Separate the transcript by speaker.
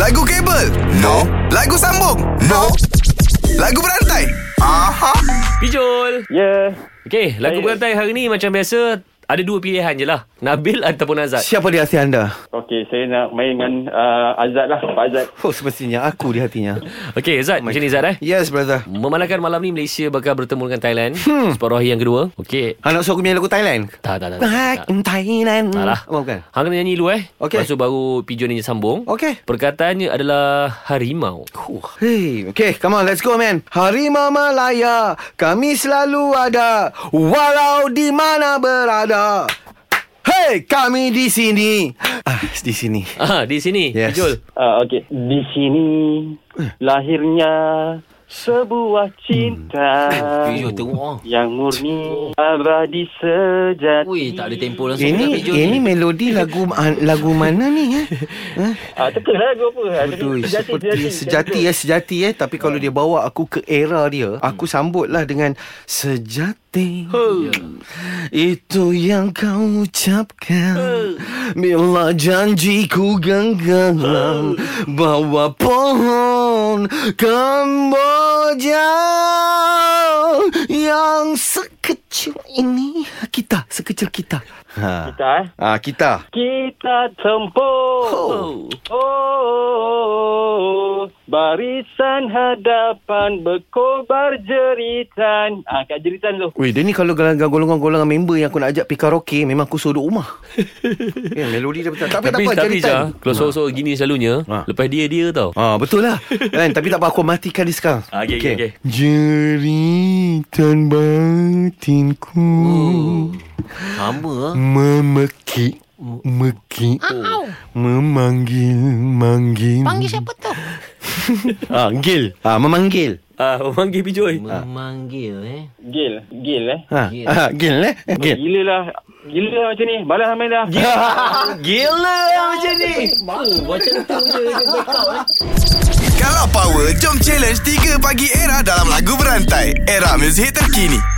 Speaker 1: Lagu kabel? No. Lagu sambung? No. Lagu berantai? Aha.
Speaker 2: Pijol.
Speaker 3: Ya,
Speaker 2: Okey, lagu
Speaker 3: Saya-
Speaker 2: berantai hari ni macam biasa ada dua pilihan je lah. Nabil ataupun Azad.
Speaker 4: Siapa di hati anda?
Speaker 3: okey saya nak main dengan uh, Azad lah, Pak Azad.
Speaker 4: Oh semestinya aku di hatinya.
Speaker 2: Okey,
Speaker 4: Oh
Speaker 2: Azad. macam ni Azad eh.
Speaker 4: Yes brother.
Speaker 2: Memandangkan malam ni Malaysia bakal bertemu dengan Thailand. Hmm. Separuh hari yang kedua. Okey.
Speaker 4: Anak suruh aku nyanyi lagu Thailand.
Speaker 2: Tak, Eh, tak, tak. tak,
Speaker 4: Back
Speaker 2: tak.
Speaker 4: in Thailand.
Speaker 2: Tak lah.
Speaker 4: Oh, bukan.
Speaker 2: Hang kena nyanyi dulu eh.
Speaker 4: Okey.
Speaker 2: Lepas tu baru Pijol ni sambung.
Speaker 4: Okey.
Speaker 2: Perkataannya adalah harimau.
Speaker 4: Hey, okay, come on, let's go, man. Harimau Malaya, kami selalu ada, walau di mana berada. Hey, kami di sini. Ah, di sini.
Speaker 2: Ah, di sini.
Speaker 4: Yes.
Speaker 2: Pijol.
Speaker 3: Uh, okey, di sini lahirnya sebuah cinta
Speaker 2: Oh.
Speaker 5: Pijol
Speaker 4: Hmm. Eh,
Speaker 5: tengok ah.
Speaker 3: yang murni abadi sejati.
Speaker 5: Ui, tak ada tempo langsung
Speaker 4: Ini
Speaker 5: Pijol
Speaker 4: ini
Speaker 5: ni.
Speaker 4: melodi lagu lagu mana ni? Eh? Hah?
Speaker 3: Ah, teka lah lagu apa. Ah, teka.
Speaker 4: Betul Seperti sejati eh Sejati eh Tapi kalau dia bawa aku ke era dia Aku sambutlah dengan Sejati Itu yang kau ucapkan Bila janji ku genggam Bawa pohon Kemboja Yang sekecil ini Kita Sekecil kita ha.
Speaker 3: Kita, eh.
Speaker 4: Ah, kita
Speaker 3: Kita tempuh oh. oh, Barisan hadapan Berkobar jeritan Ah, kat jeritan tu
Speaker 4: Weh, dia ni kalau golongan- golongan-golongan member yang aku nak ajak pergi karaoke, memang aku suruh duduk rumah. ya, melodi dia betul. Tapi,
Speaker 2: Tapi,
Speaker 4: tak
Speaker 2: tapi
Speaker 4: apa, jadi time.
Speaker 2: Jah, kalau sorok-sorok gini selalunya,
Speaker 4: Ha.
Speaker 2: lepas dia-dia tau.
Speaker 4: Ah, betul lah. kan, tapi tak apa, aku matikan dia sekarang.
Speaker 2: Ah, okey, okey, okey.
Speaker 4: Jeritan batinku
Speaker 5: Sama ah.
Speaker 4: memekik Mekik Memanggil-manggil Panggil siapa tu? ah, Gil ah, Memanggil
Speaker 2: Ah, orang panggil Pijol.
Speaker 5: Memanggil eh
Speaker 3: Gil Gil eh
Speaker 4: ah,
Speaker 5: Gil.
Speaker 4: ah, Gil eh Gil
Speaker 3: Gila lah Gila lah macam ni Balas lah main lah
Speaker 4: Gila macam ni
Speaker 1: Kalau power, jom challenge 3 pagi era dalam lagu berantai. Era muzik terkini.